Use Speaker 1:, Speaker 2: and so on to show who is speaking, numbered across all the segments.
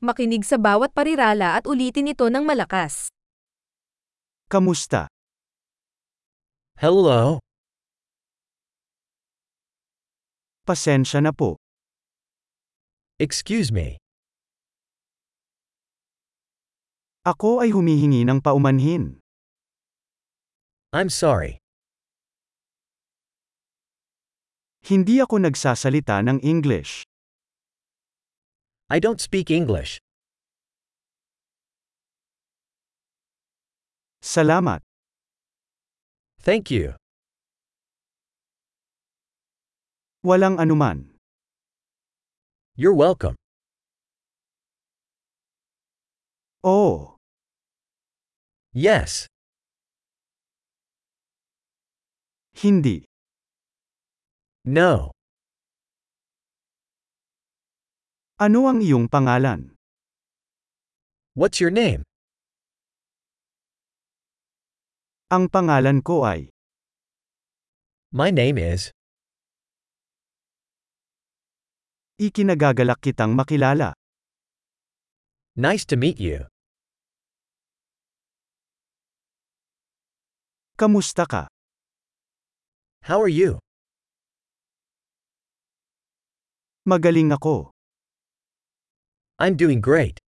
Speaker 1: Makinig sa bawat parirala at ulitin ito ng malakas.
Speaker 2: Kamusta?
Speaker 3: Hello.
Speaker 2: Pasensya na po.
Speaker 3: Excuse me.
Speaker 2: Ako ay humihingi ng paumanhin.
Speaker 3: I'm sorry.
Speaker 2: Hindi ako nagsasalita ng English.
Speaker 3: I don't speak English.
Speaker 2: Salamat.
Speaker 3: Thank you.
Speaker 2: Walang anuman.
Speaker 3: You're welcome.
Speaker 2: Oo.
Speaker 3: Yes.
Speaker 2: Hindi.
Speaker 3: No.
Speaker 2: Ano ang iyong pangalan?
Speaker 3: What's your name?
Speaker 2: Ang pangalan ko ay.
Speaker 3: My name is.
Speaker 2: Ikinagagalak kitang makilala.
Speaker 3: Nice to meet you.
Speaker 2: Kamusta ka?
Speaker 3: How are you?
Speaker 2: Magaling ako.
Speaker 3: I'm doing great.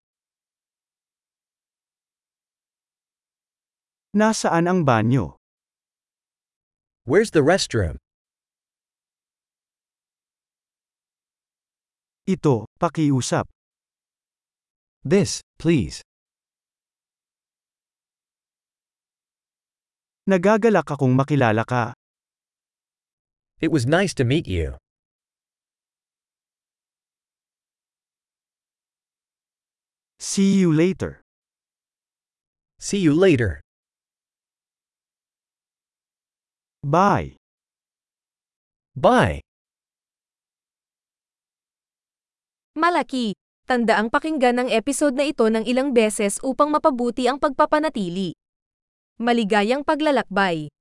Speaker 2: Nasaan ang banyo?
Speaker 3: Where's the restroom?
Speaker 2: Ito, pakiusap.
Speaker 3: This, please.
Speaker 2: Nagagalak akong makilala ka.
Speaker 3: It was nice to meet you.
Speaker 2: See you later.
Speaker 3: See you later.
Speaker 2: Bye.
Speaker 3: Bye.
Speaker 1: Malaki! Tanda ang pakinggan ng episode na ito ng ilang beses upang mapabuti ang pagpapanatili. Maligayang paglalakbay!